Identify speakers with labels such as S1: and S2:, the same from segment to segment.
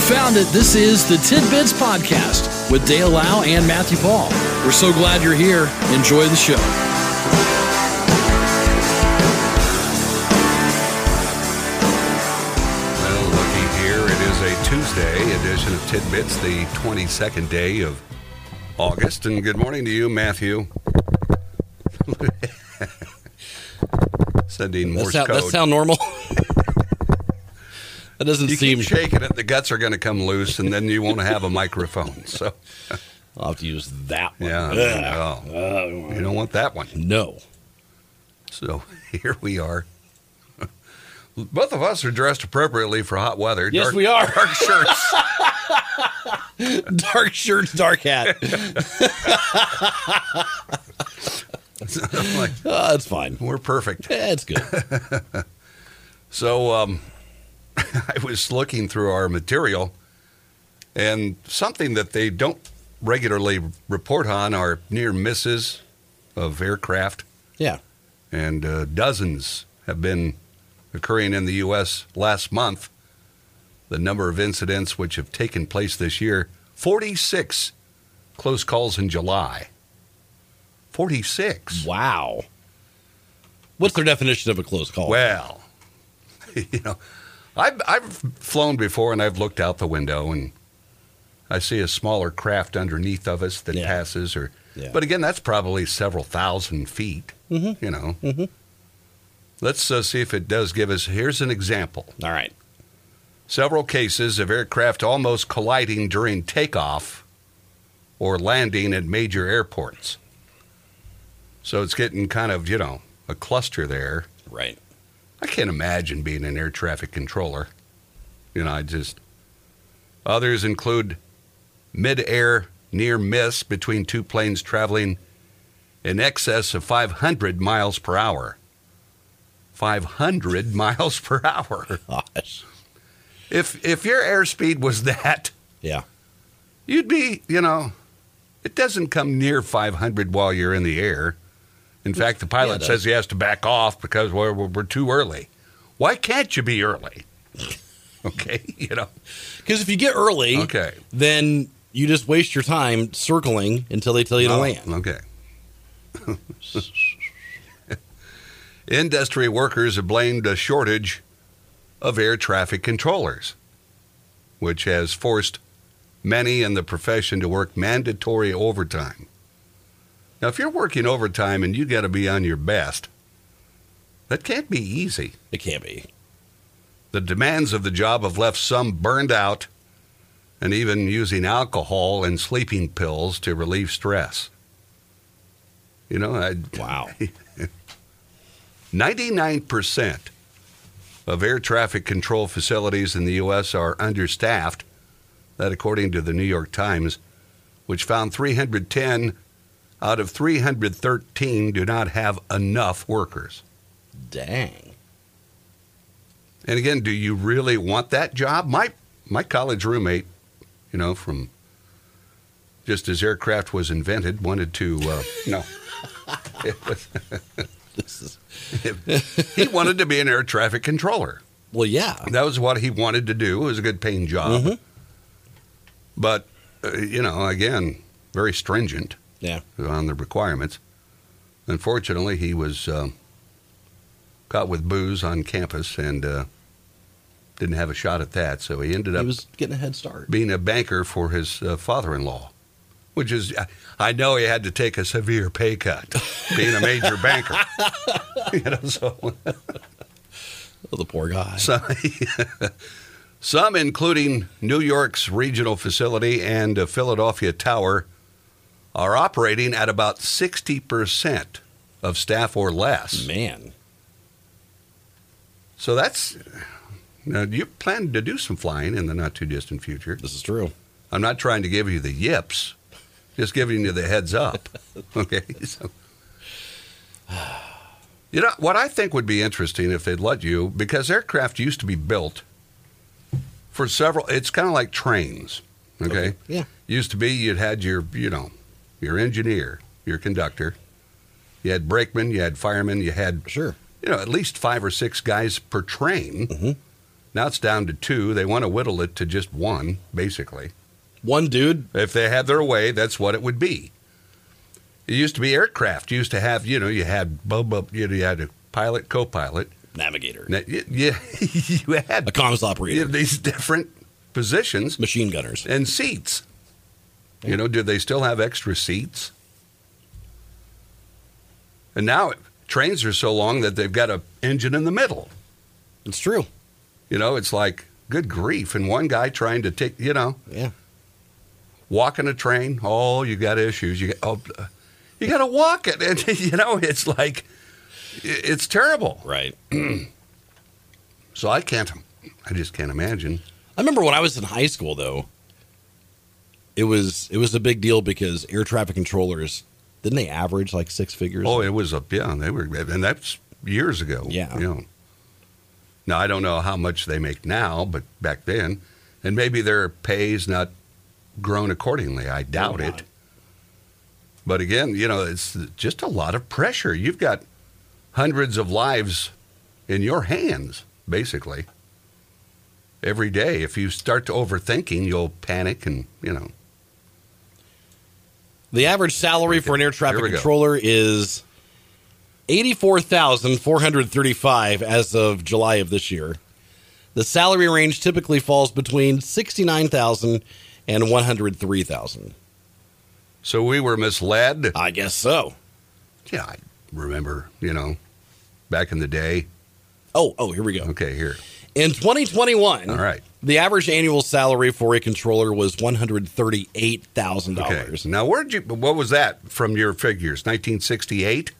S1: found it. This is the Tidbits Podcast with Dale Lau and Matthew Paul. We're so glad you're here. Enjoy the show.
S2: Well, looky here, it is a Tuesday edition of Tidbits, the 22nd day of August. And good morning to you, Matthew. Sending
S3: That
S2: Morse
S3: sound, that
S2: code.
S3: sound normal? that doesn't
S2: you
S3: seem.
S2: keep shaking it, the guts are going to come loose, and then you won't have a microphone. So,
S3: I'll have to use that one.
S2: yeah,
S3: Ugh.
S2: no, you don't want that one.
S3: No.
S2: So here we are. Both of us are dressed appropriately for hot weather.
S3: Yes, we are.
S2: Dark shirts.
S3: Dark shirts, dark hat.
S2: I'm like,
S3: Uh, it's fine.
S2: we're perfect.
S3: Yeah, it's good.
S2: So um, I was looking through our material, and something that they don't regularly report on are near misses of aircraft,
S3: Yeah.
S2: and uh, dozens have been occurring in the U.S. last month. The number of incidents which have taken place this year 46 close calls in July. 46.
S3: Wow. What's their definition of a close call?
S2: Well, you know, I've, I've flown before and I've looked out the window and I see a smaller craft underneath of us that
S3: Yeah.
S2: passes, or
S3: Yeah. Mm-hmm.
S2: but again, that's probably several thousand feet. You know, let's uh, see if it does give us. Here's an example:
S3: All right.
S2: several cases of aircraft almost colliding during takeoff or landing at major airports. So it's getting kind of you know a cluster there.
S3: Right.
S2: I can't imagine being an air traffic controller. You know, I just. Others include mid air near miss between two planes traveling in excess of 500 miles per hour. 500 miles per hour.
S3: Gosh.
S2: If, if your airspeed was that,
S3: Yeah.
S2: you'd be, you know, it doesn't come near 500 while you're in the air. In fact, the
S3: Mm, Yeah, it
S2: pilot
S3: does.
S2: says he has to back off because we're, we're we're too early. Why can't you be early? Okay, you know.
S3: Because if you get early,
S2: Okay.
S3: then you just waste your time circling until they tell you to
S2: Oh,
S3: land.
S2: Okay. Industry workers have blamed a shortage of air traffic controllers, which has forced many in the profession to work mandatory overtime. Now, if you're working overtime and you got to be on your best, that can't be easy.
S3: It can't be.
S2: The demands of the job have left some burned out and even using alcohol and sleeping pills to relieve stress. You know, I,
S3: Wow.
S2: 99% of air traffic control facilities in the U.S. are understaffed. That, according to the New York Times, which found 310 out of 313 do not have enough workers.
S3: Dang.
S2: And again, do you really want that job? My my college roommate, you know, from just as aircraft was invented, wanted to uh, no. It was-
S3: This is.
S2: he wanted to be an air traffic controller.
S3: Well, yeah.
S2: That was what he wanted to do. It was a good paying job. But uh, you know, again, very stringent
S3: Yeah.
S2: on the requirements. Unfortunately, he was um caught with booze on campus and uh, didn't have a shot at that. So he ended
S3: He
S2: up
S3: was getting a head start.
S2: being a banker for his uh, father-in-law, which is I- I know he had to take a severe pay cut being a major banker. you know, so
S3: Oh, the poor guy.
S2: some, some, including New York's regional facility and uh, Philadelphia Tower, are operating at about sixty percent of staff or less.
S3: Man.
S2: So that's. Now, you plan to do some flying in the not too distant future.
S3: This is true.
S2: I'm not trying to give you the yips, just giving you the heads up. Okay. So, you know, what I think would be interesting if they'd let you, because aircraft used to be built for several, it's kind of like trains. Okay.
S3: Yeah.
S2: Used to be you'd had your, you know, your engineer, your conductor, you had brakemen, you had firemen, you had
S3: Sure.
S2: you know, at least five or six guys per train. Now it's down to two. They want to whittle it to just one, basically.
S3: One dude,
S2: If they had their way, that's what it would be. It used to be aircraft. You used to have, you know, you had bub, bub you, know, you had a pilot, co-pilot.
S3: navigator,
S2: Now, you, you, you
S3: a
S2: had
S3: comms
S2: you
S3: operator,
S2: had these different positions
S3: machine gunners.
S2: and seats. You know, do they still have extra seats? And now trains are so long that they've got a engine in the middle.
S3: It's true.
S2: You know, it's like good grief, and one guy trying to take, you know,
S3: Yeah.
S2: walking a train. Oh, you got issues. You got, oh, uh, you got to walk it, and you know, it's like i- it's terrible.
S3: Right.
S2: So I can't. I just can't imagine.
S3: I remember when I was in high school though. It was it was a big deal because air traffic controllers didn't they average like six figures?
S2: Oh, it was up. Yeah, they were, and that's years ago.
S3: Yeah.
S2: You know. Now I don't know how much they make now, but back then, and maybe their pay's not grown accordingly. I doubt
S3: Probably
S2: it.
S3: not.
S2: But again, you know, it's just a lot of pressure. You've got hundreds of lives in your hands, basically. Every day, if you start to overthinking, you'll panic and, you know,
S3: The average salary
S2: Okay,
S3: for an air traffic
S2: here we go.
S3: controller is eighty-four thousand four hundred thirty-five as of July of this year. The salary range typically falls between sixty-nine thousand and one hundred three thousand.
S2: so we were misled.
S3: I guess so.
S2: Yeah, I remember, you know, back in the day.
S3: Oh, oh, here we go.
S2: Okay, here.
S3: In 2021,
S2: Mm-hmm. All right.
S3: the average annual salary for a controller was $138,000.
S2: Okay. Now, where'd you, what was that from your figures? 1968?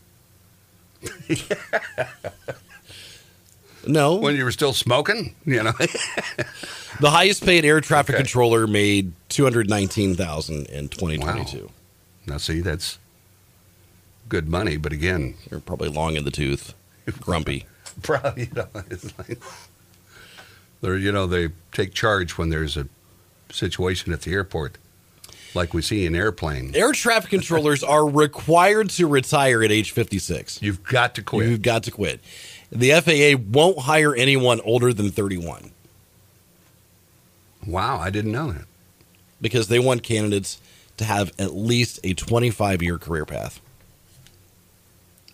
S3: No,
S2: When you were still smoking? You know?
S3: the highest paid air traffic
S2: Okay.
S3: controller made 219,000 in 2022.
S2: now, see, that's good money, but again,
S3: They're probably long in the tooth, grumpy.
S2: probably, you know, it's like, they're, you know, they take charge when there's a situation at the airport, like we see in airplane.
S3: Air traffic controllers are required to retire at age 56.
S2: You've got to quit.
S3: You've got to quit. The FAA won't hire anyone older than 31
S2: wow, I didn't know that.
S3: because they want candidates to have at least a 25 year career path.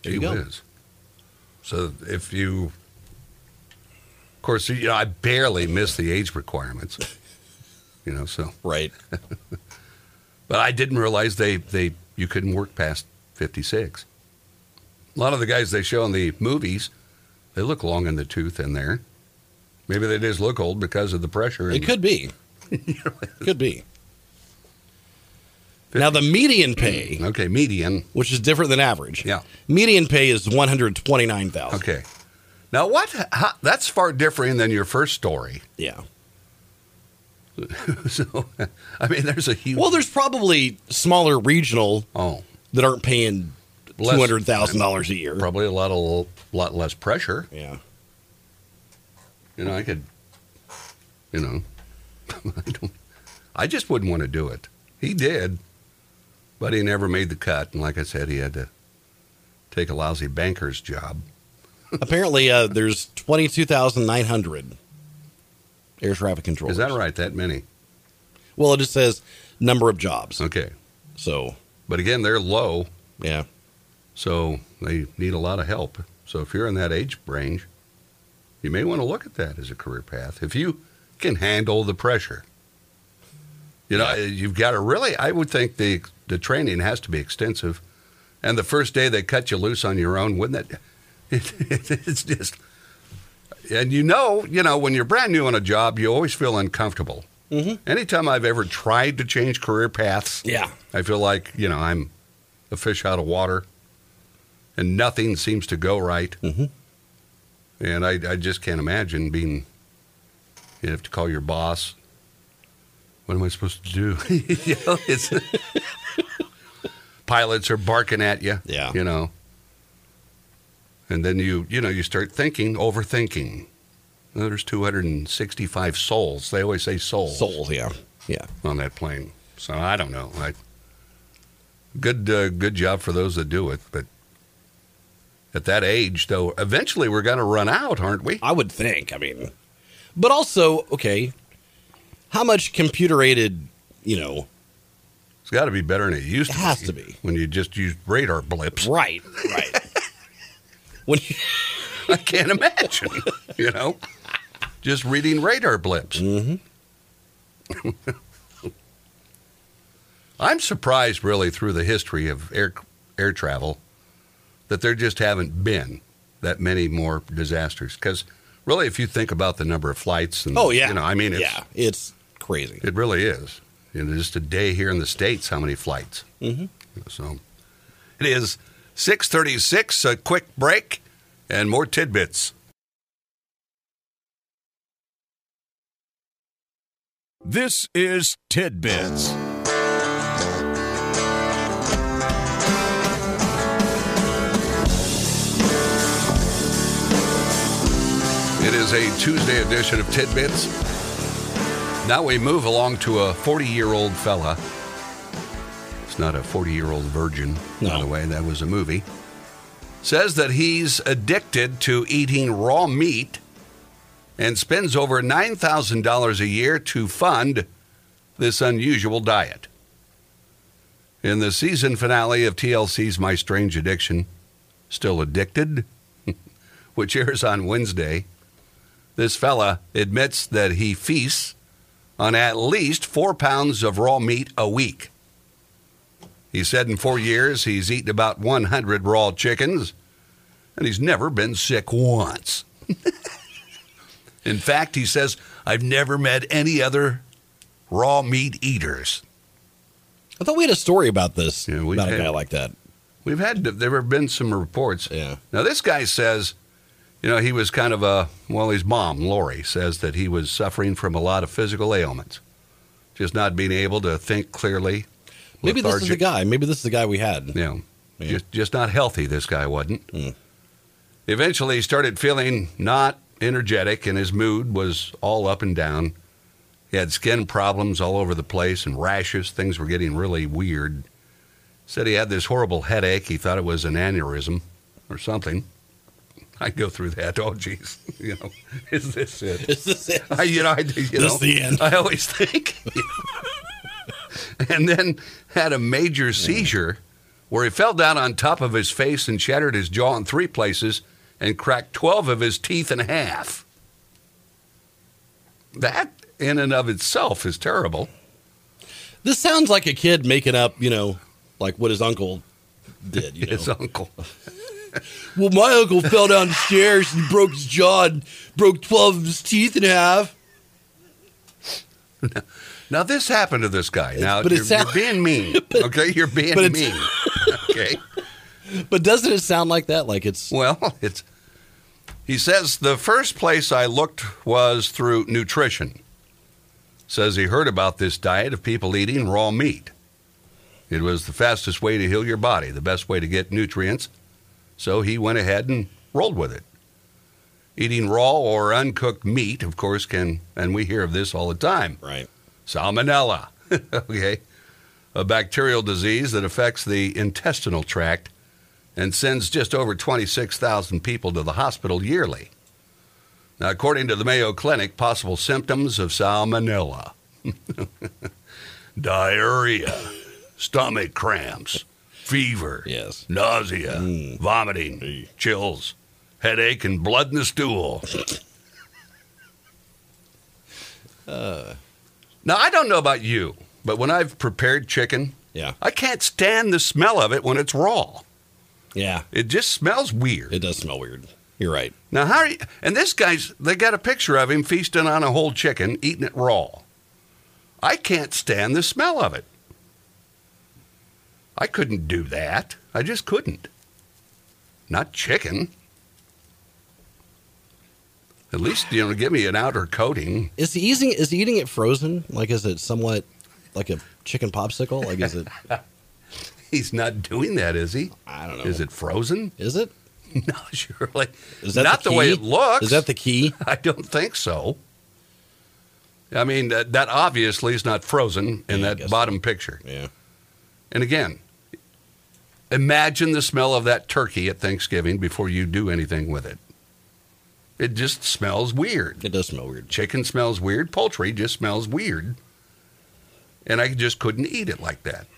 S3: There
S2: Gee
S3: you go.
S2: whiz. So if you, of course, you know, I barely missed the age requirements, you know, so,
S3: Right.
S2: but I didn't realize they, they, you couldn't work past 56. A lot of the guys they show in the movies, they look long in the tooth in there. Maybe they just look old because of the pressure.
S3: It
S2: and-
S3: could be. could be. Now the median pay,
S2: Okay, median.
S3: which is different than average.
S2: Yeah.
S3: Median pay is one hundred twenty nine thousand.
S2: Okay. Now, what? How, that's far different than your first story.
S3: Yeah.
S2: so, I mean, there's a huge.
S3: Well, there's probably smaller regional
S2: oh.
S3: that aren't paying two
S2: Less.
S3: hundred thousand dollars a year.
S2: probably a lot of lot less pressure.
S3: Yeah.
S2: You know, I could, you know, I don't, I just wouldn't want to do it. He did, but he never made the cut. And like I said, he had to take a lousy banker's job.
S3: Apparently, uh, there's twenty two thousand nine hundred air traffic controllers.
S2: Is that right? That many?
S3: Well, it just says number of jobs.
S2: Okay,
S3: So
S2: but again, they're low,
S3: yeah.
S2: so they need a lot of help. So if you're in that age range, you may want to look at that as a career path if you can handle the pressure. You know, eh, you've got to really. I would think the the training has to be extensive, and the first day they cut you loose on your own, wouldn't it? it's just, and you know, you know, when you're brand new on a job, you always feel uncomfortable. Mm-hmm. Anytime I've ever tried to change career paths,
S3: Yeah.
S2: I feel like you know I'm a fish out of water, and nothing seems to go right.
S3: Mhm.
S2: And I, I just can't imagine being. You have to call your boss. What am I supposed to do? you know, it's, pilots are barking at you.
S3: Yeah.
S2: You know. And then you, you know, you start thinking, overthinking. Now, There's 265 souls. They always say souls
S3: Souls. Yeah. Yeah.
S2: on that plane. So I don't know. I, good, uh, good job for those that do it. But at that age, though, eventually we're going to run out, aren't we?
S3: I would think. I mean, But also, okay, how much computer aided, you know,
S2: It's got to be better than it used
S3: it
S2: to.
S3: has to be.
S2: When you just use radar blips,
S3: Right, right. when you,
S2: I can't imagine. you know, just reading radar blips.
S3: Mm-hmm.
S2: I'm surprised, really, through the history of air air travel, that there just haven't been that many more disasters. Because really, if you think about the number of flights, and
S3: oh yeah.
S2: you know, I mean, it's,
S3: yeah, it's crazy.
S2: It really is. You know, just a day here in the states, how many flights? Mm-hmm. So it is six thirty-six. A quick break and more tidbits.
S4: This is Tidbits.
S2: It is a Tuesday edition of Tidbits. Now we move along to a forty-year-old fella. It's not a forty-year-old virgin, by
S3: No.
S2: the way. That was a movie. Says that he's addicted to eating raw meat and spends over $9,000 a year to fund this unusual diet. In the season finale of TLC's My Strange Addiction, Still Addicted, which airs on Wednesday, this fella admits that he feasts on at least four pounds of raw meat a week. He said in four years he's eaten about 100 raw chickens and he's never been sick once. In fact, he says, I've never met any other raw meat eaters.
S3: I thought we had a story about this
S2: Yeah, we
S3: about a
S2: had-
S3: guy like that.
S2: We've had, there have been some reports.
S3: Yeah.
S2: Now, this guy says, you know, he was kind of a, well, his mom, Lori, says that he was suffering from a lot of physical ailments, just not being able to think clearly.
S3: Maybe this is the
S2: lethargic.
S3: guy. Maybe this is the guy we had.
S2: You know,
S3: Yeah.
S2: just, just not healthy, this guy wasn't.
S3: Mm.
S2: Eventually, he started feeling not energetic, and his mood was all up and down. He had skin problems all over the place and rashes. Things were getting really weird. Said he had this horrible headache. He thought it was an aneurysm or something. I go through that. Oh, geez. You know, is this it?
S3: Is this it?
S2: I, you know, I, you
S3: This
S2: know,
S3: the end.
S2: I always think. and then had a major seizure where he fell down on top of his face and shattered his jaw in three places and cracked 12 of his teeth in half. That, in and of itself, is terrible.
S3: This sounds like a kid making up, you know, like what his uncle did. You know?
S2: His uncle.
S3: well, my uncle fell down the stairs and broke his jaw and broke 12 of his teeth in half.
S2: Now, this happened to this guy. Now,
S3: but it
S2: you're,
S3: sound-
S2: you're being mean. okay? You're being
S3: but it's-
S2: mean. okay?
S3: But doesn't it sound like that? Like it's.
S2: Well, it's he says the first place I looked was through nutrition. Says he heard about this diet of people eating raw meat. It was the fastest way to heal your body, the best way to get nutrients. So he went ahead and rolled with it. Eating raw or uncooked meat, of course, can, and we hear of this all the time
S3: Right.
S2: salmonella, okay, a bacterial disease that affects the intestinal tract and sends just over 26,000 people to the hospital yearly. Now, according to the Mayo Clinic, possible symptoms of salmonella diarrhea, stomach cramps, fever,
S3: Yes.
S2: nausea, vomiting, chills, headache, and blood in the stool. Now, I don't know about you, but when I've prepared chicken,
S3: Yeah.
S2: I can't stand the smell of it when it's raw.
S3: Yeah.
S2: It just smells weird.
S3: It does smell weird. You're right.
S2: Now, how are you? And this guy's, they got a picture of him feasting on a whole chicken, eating it raw. I can't stand the smell of it. I couldn't do that. I just couldn't. Not chicken. At least, you know, give me an outer coating.
S3: Is he eating? Is he eating it frozen? Like, is it somewhat like a chicken popsicle? Like, is it?
S2: He's not doing that, is he?
S3: I don't know.
S2: Is it frozen?
S3: Is it?
S2: No, surely.
S3: Is that
S2: not the,
S3: the
S2: way
S3: key?
S2: it looks?
S3: Is that the key?
S2: I don't think so. I mean, that, that obviously is not frozen in
S3: Yeah, I guess
S2: that bottom picture.
S3: Yeah.
S2: And again, imagine the smell of that turkey at Thanksgiving before you do anything with it. It just smells weird.
S3: It does smell weird.
S2: Chicken smells weird. Poultry just smells weird. And I just couldn't eat it like that.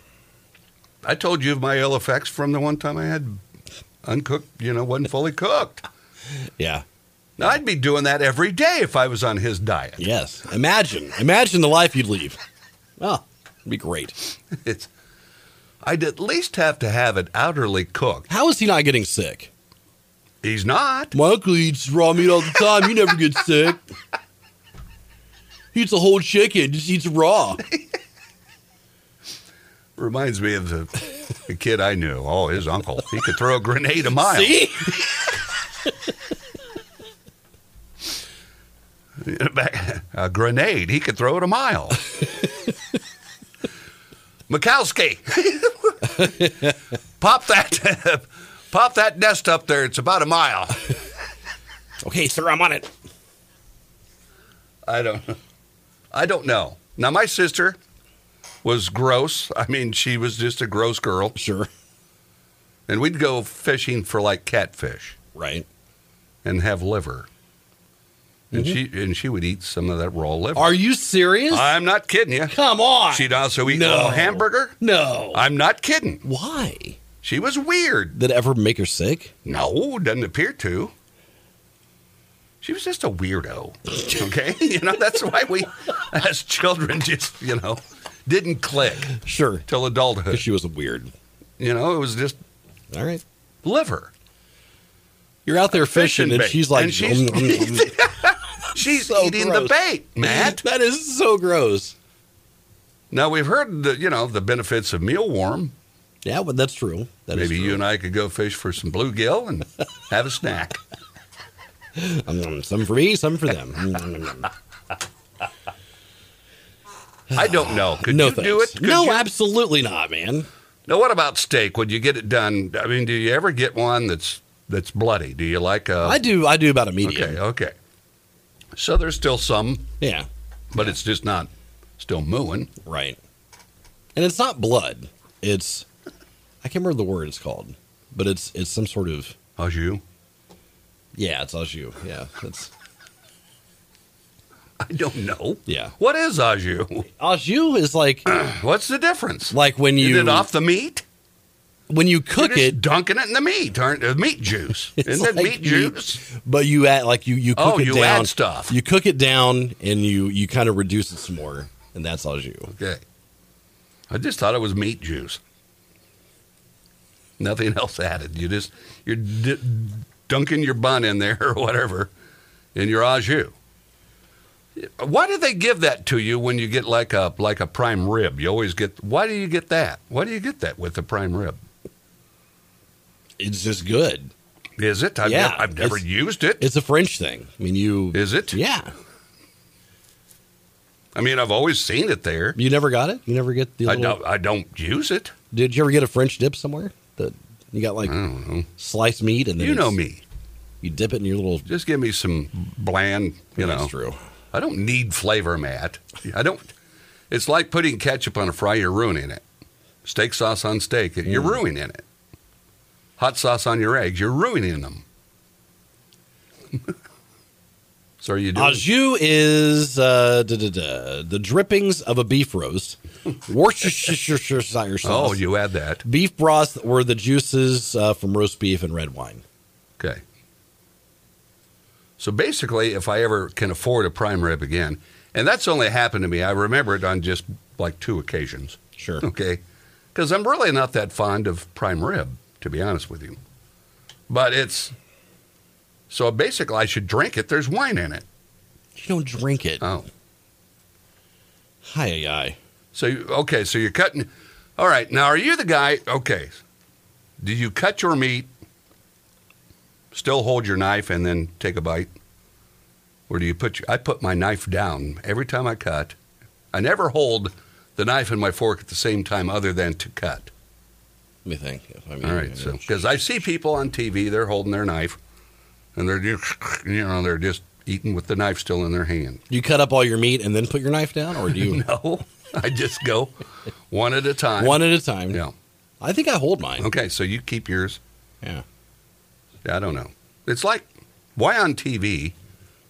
S2: I told you of my ill effects from the one time I had uncooked, you know, wasn't fully cooked.
S3: Yeah.
S2: Now, I'd be doing that every day if I was on his diet.
S3: Yes. Imagine. Imagine the life you'd leave. Oh, it'd be great.
S2: It's, I'd at least have to have it outerly cooked.
S3: How is he not getting sick?
S2: He's not.
S3: My uncle eats raw meat all the time. He never gets sick. He eats a whole chicken, just eats raw.
S2: Reminds me of the, the kid I knew. Oh, his uncle. He could throw a grenade a mile.
S3: See?
S2: Back- a grenade. He could throw it a mile. Mikowski, pop that, pop that nest up there. It's about a mile.
S3: Okay, sir, I'm on it.
S2: I don't, I don't know. Now my sister was gross. I mean, she was just a gross girl,
S3: Sure.
S2: and we'd go fishing for like catfish
S3: Right.
S2: and have liver, and she and she would eat some of that raw liver.
S3: Mm-hmm. Are you serious?
S2: I'm not kidding you.
S3: Come on.
S2: She'd also eat
S3: No.
S2: a hamburger.
S3: no.
S2: I'm not kidding.
S3: Why?
S2: She was weird.
S3: Did it ever make her sick?
S2: No, doesn't appear to. She was just a weirdo. Okay? you know, that's why we as children just, you know, didn't click
S3: Sure.
S2: till adulthood.
S3: She was a weird.
S2: You know, it was just
S3: All right.
S2: liver.
S3: You're out there fishing,
S2: Fishing
S3: and
S2: bait.
S3: she's like, "Mm,
S2: And she's-
S3: "Nom, nom, nom."
S2: She's
S3: So
S2: eating the
S3: gross.
S2: bait, Matt.
S3: that is so gross.
S2: Now we've heard the you know, the benefits of mealworm.
S3: Yeah, but that's true. That is
S2: Maybe you
S3: true.
S2: and I could go fish for some bluegill and have a snack.
S3: Nom, nom. some for me, some for them. Nom, nom, nom, nom.
S2: I don't know. Could
S3: no
S2: you
S3: thanks.
S2: do it? Could
S3: no,
S2: you?
S3: absolutely not, man.
S2: Now, what about steak? Would you get it done? I mean, do you ever get one that's that's bloody? Do you like a?
S3: I do. I do about a medium.
S2: Oh. okay, okay. So there's still some,
S3: Yeah.
S2: but it's just not still mooing.
S3: Right. And it's not blood. It's I can't remember the word it's called, but it's it's some sort of
S2: How's you?
S3: yeah. It's au jus. Yeah. It's
S2: I don't know.
S3: Yeah.
S2: What is au jus?
S3: au jus is like
S2: What's the difference?
S3: like when
S2: Is
S3: you
S2: it off the meat?
S3: when you cook
S2: You're just
S3: it,
S2: dunking it in the meat, aren't uh, meat juice?
S3: It's
S2: Isn't it
S3: like
S2: meat
S3: meat.
S2: juice?
S3: but you add like you you cook
S2: Oh,
S3: it
S2: you add
S3: down
S2: stuff.
S3: You cook it down and you you kind of reduce it some more, and that's au jus.
S2: Okay. I just thought it was meat juice. Nothing else added. You just you're d- dunking your bun in there or whatever in your au jus. Why do they give that to you when you get like a like a prime rib? You always get. Why do you get that? Why do you get that with the prime rib?
S3: It's just good.
S2: Is it? I've,
S3: Yeah,
S2: nev- I've never
S3: it's-
S2: used it. Is
S3: It's a French thing. I mean, you
S2: it?
S3: yeah.
S2: I mean, I've always seen it there.
S3: You never got it. You never get the.
S2: I
S3: Little,
S2: don't. I don't use it.
S3: Did you ever get a French dip somewhere? That you got like
S2: I don't know.
S3: sliced meat and then
S2: You know
S3: it's-
S2: me.
S3: You dip it in your little.
S2: Just give me some bland. You know.
S3: That's true.
S2: I don't need flavor, Matt. I don't. It's like putting ketchup on a fry. You're ruining it. Steak sauce on steak. You're ruining it. Hot sauce on your eggs. You're ruining them. so are you doing?
S3: Au jus is uh, da, da, da, the drippings of a beef roast, Worcestershire sauce,
S2: oh, you add that.
S3: beef broth, or the juices uh, from roast beef and red wine.
S2: Okay. So basically, if I ever can afford a prime rib again, and that's only happened to me, I remember it on just like two occasions.
S3: Sure.
S2: Okay. Because I'm really not that fond of prime rib, to be honest with you. But it's so basically, I should drink it. There's wine in it.
S3: You don't drink it.
S2: Oh,
S3: Hi, hi.
S2: so you, okay, so you're cutting. All right, now are you the guy? Okay, do you cut your meat? Still hold your knife and then take a bite, or do you put? Your, I put my knife down every time I cut. I never hold the knife and my fork at the same time, other than to cut.
S3: Let me think. If I'm
S2: All right, so because I see people on TV, they're holding their knife, and they're just, you know they're just eating with the knife still in their hand.
S3: you cut up all your meat and then put your knife down, or do you
S2: No, I just go one at a time.
S3: one at a time?
S2: Yeah.
S3: I think I hold mine.
S2: Okay, so you keep yours.
S3: Yeah.
S2: I don't know. It's like Why on TV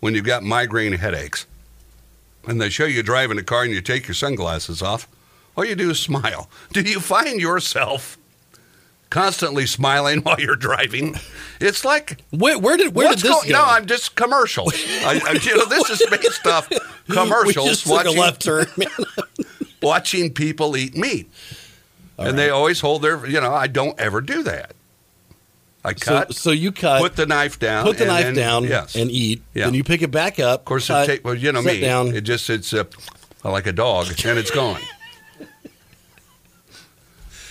S2: when you've got migraine headaches and they show you driving a car and you take your sunglasses off? All you do is smile. Do you find yourself constantly smiling while you're driving? It's like
S3: Where, where did where
S2: What's
S3: did this
S2: going-
S3: go?
S2: No, I'm just commercial. I, I, you know, this is based off
S3: we
S2: commercials.
S3: just took a
S2: watching-
S3: left turn, man.
S2: watching people eat meat. and they always hold their, you know, I don't ever do that. I
S3: So,
S2: cut,
S3: so you cut,
S2: put the knife down.
S3: put the
S2: and
S3: knife
S2: then-
S3: down,
S2: Yes.
S3: and eat.
S2: Yeah.
S3: Then you pick it back up.
S2: of course,
S3: cut,
S2: it take, well, you know
S3: set
S2: me.
S3: down.
S2: It just, it's uh, like a dog and it's gone.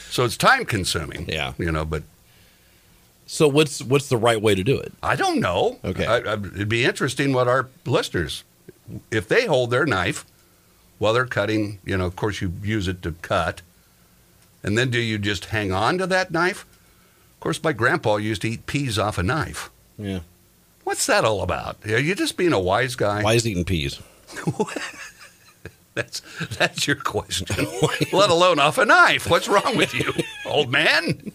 S2: so it's time consuming.
S3: Yeah.
S2: You know, but
S3: so what's what's the right way to do it?
S2: I don't know.
S3: Okay.
S2: I, I, it'd be interesting what our listeners, if they hold their knife while they're cutting, you know, of course you use it to cut. And then do you just hang on to that knife? Of course, my grandpa used to eat peas off a knife.
S3: Yeah.
S2: What's that all about? Are you just being a wise guy?
S3: Why is eating peas?
S2: That's that's your question. Let alone off a knife. What's wrong with you, old man?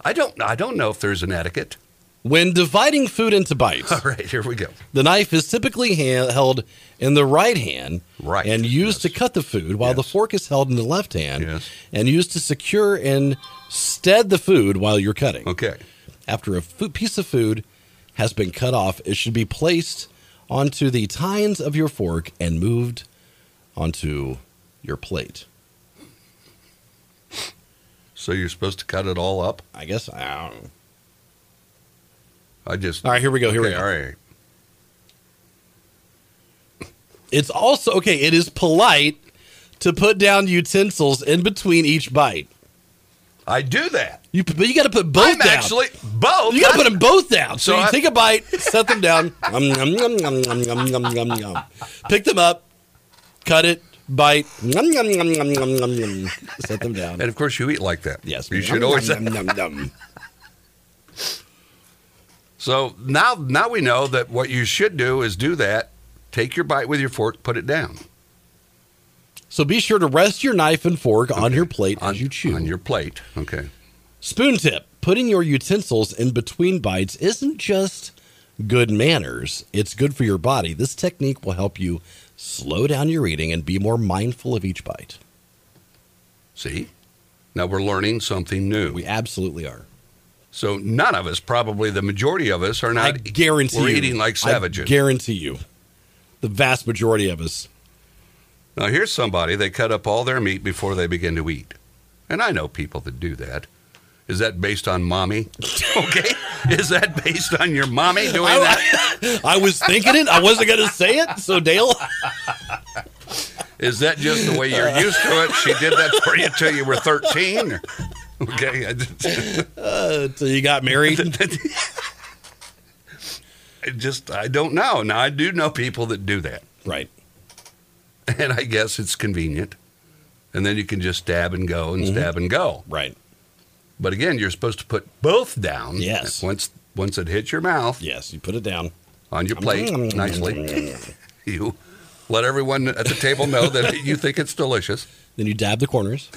S2: I don't I don't know if there's an etiquette.
S3: When dividing food into bites,
S2: All right, here we go.
S3: the knife is typically ha- held in the right hand
S2: Right,
S3: and used to cut the food, while the
S2: Yes.
S3: fork is held in the left hand
S2: Yes.
S3: and used to secure and stead the food while you're cutting.
S2: Okay.
S3: After a fo- piece of food has been cut off, it should be placed onto the tines of your fork and moved onto your plate.
S2: So you're supposed to cut it all up?
S3: I guess. I don't know.
S2: I just.
S3: All right, here we go. Here we
S2: Okay,
S3: go.
S2: all right.
S3: It's also okay. It is polite to put down utensils in between each bite.
S2: I do that.
S3: You, but you got to put both
S2: I'm
S3: down.
S2: actually both.
S3: you got to
S2: I'm-
S3: put them both down. So,
S2: So
S3: you
S2: I-
S3: take a bite, set them down, um, um, um, um, um, um, um, um, um. pick them up, cut it, bite, um, um, um, um, um, um, um. set them down.
S2: and of course, you eat like that.
S3: Yes,
S2: you
S3: um,
S2: should
S3: um,
S2: always.
S3: um, um, um.
S2: So now, now we know that what you should do is do that. Take your bite with your fork, put it down
S3: So be sure to rest your knife and fork on your plate
S2: on
S3: as you chew.
S2: on your plate. Okay.
S3: Spoon tip putting your utensils in between bites isn't just good manners, it's good for your body. This technique will help you slow down your eating and be more mindful of each bite.
S2: See, now we're learning something new.
S3: We absolutely are.
S2: so none of us, probably the majority of us, are not.
S3: I guarantee
S2: we're
S3: you.
S2: eating like savages.
S3: I guarantee you. The vast majority of us.
S2: Now, here's somebody, they cut up all their meat before they begin to eat. And I know people that do that. Is that based on mommy? Okay. Is that based on your mommy doing that?
S3: I was thinking it. I wasn't going to say it. So, Dale,
S2: Is that just the way you're used to it? She did that for you till you were 13? Okay. I just-
S3: until uh, you got married.
S2: I just, I don't know. Now, I do know people that do that.
S3: right.
S2: And I guess it's convenient. And then you can just stab and go and stab and go.
S3: Right.
S2: But again, you're supposed to put both down.
S3: Yes.
S2: Once, once it hits your mouth,
S3: Yes. You put it down.
S2: on your plate
S3: Mm.
S2: nicely. you let everyone at the table know that you think it's delicious.
S3: Then you dab the corners.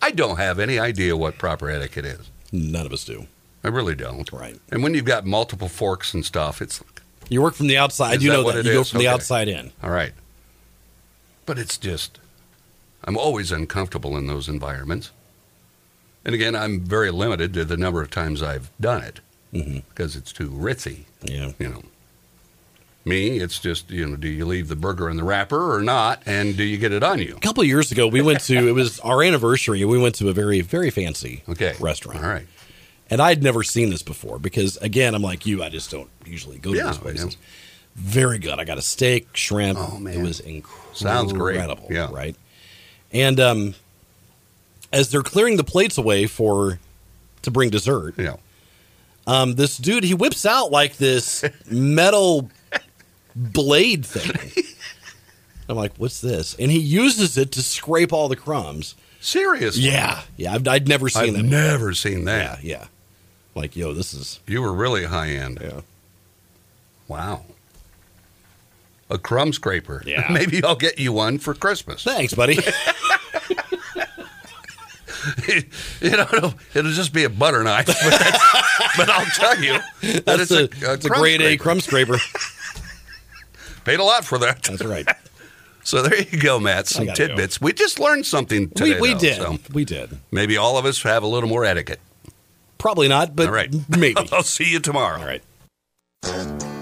S2: I don't have any idea what proper etiquette is.
S3: None of us do.
S2: I really don't.
S3: Right.
S2: And when you've got multiple forks and stuff, it's like,
S3: You work from the outside.
S2: Is
S3: you
S2: that
S3: know
S2: what
S3: that.
S2: it
S3: You go
S2: is?
S3: from the
S2: Okay.
S3: outside in.
S2: all right. But it's just, I'm always uncomfortable in those environments. And again, I'm very limited to the number of times I've done it
S3: Mm-hmm.
S2: because it's too ritzy,
S3: Yeah.
S2: you know. Me, it's just, you know, do you leave the burger in the wrapper or not? And do you get it on you?
S3: A couple of years ago, we went to, it was our anniversary, and we went to a very, very fancy
S2: Okay.
S3: restaurant.
S2: All right.
S3: And I'd never seen this before because, again, I'm like you, I just don't usually go to
S2: Yeah,
S3: these places.
S2: yeah.
S3: Very good. I got a steak, shrimp.
S2: Oh, man.
S3: It was incredible.
S2: Sounds great. Yeah.
S3: Right. And um, as they're clearing the plates away for to bring dessert,
S2: Yeah.
S3: um, this dude he whips out like this metal blade thing. I'm like, what's this? And he uses it to scrape all the crumbs.
S2: Seriously.
S3: Yeah, yeah. I've, I'd never seen
S2: I've
S3: that.
S2: never seen
S3: Yeah,
S2: that.
S3: yeah. Like, yo, this is
S2: You were really high end.
S3: yeah.
S2: Wow. A crumb scraper.
S3: Yeah.
S2: Maybe I'll get you one for Christmas.
S3: Thanks, buddy.
S2: you know, it'll, it'll just be a butter knife. But, that's- but I'll tell you, that
S3: That's
S2: it's
S3: a,
S2: a, a
S3: it's a
S2: crumb
S3: grade A
S2: scraper.
S3: crumb scraper.
S2: Paid a lot for that.
S3: That's right.
S2: So there you go, Matt. Some
S3: gotta go.
S2: tidbits. We just learned something today.
S3: we we
S2: though,
S3: did.
S2: so
S3: We did.
S2: maybe all of us have a little more etiquette.
S3: Probably not, but
S2: All right.
S3: maybe.
S2: I'll see you tomorrow.
S3: All right.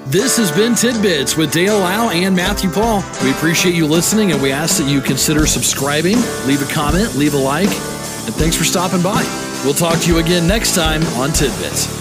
S1: This has been Tidbits with Dale Lau and Matthew Paul. We appreciate you listening and we ask that you consider subscribing, leave a comment, leave a like, and thanks for stopping by. We'll talk to you again next time on Tidbits.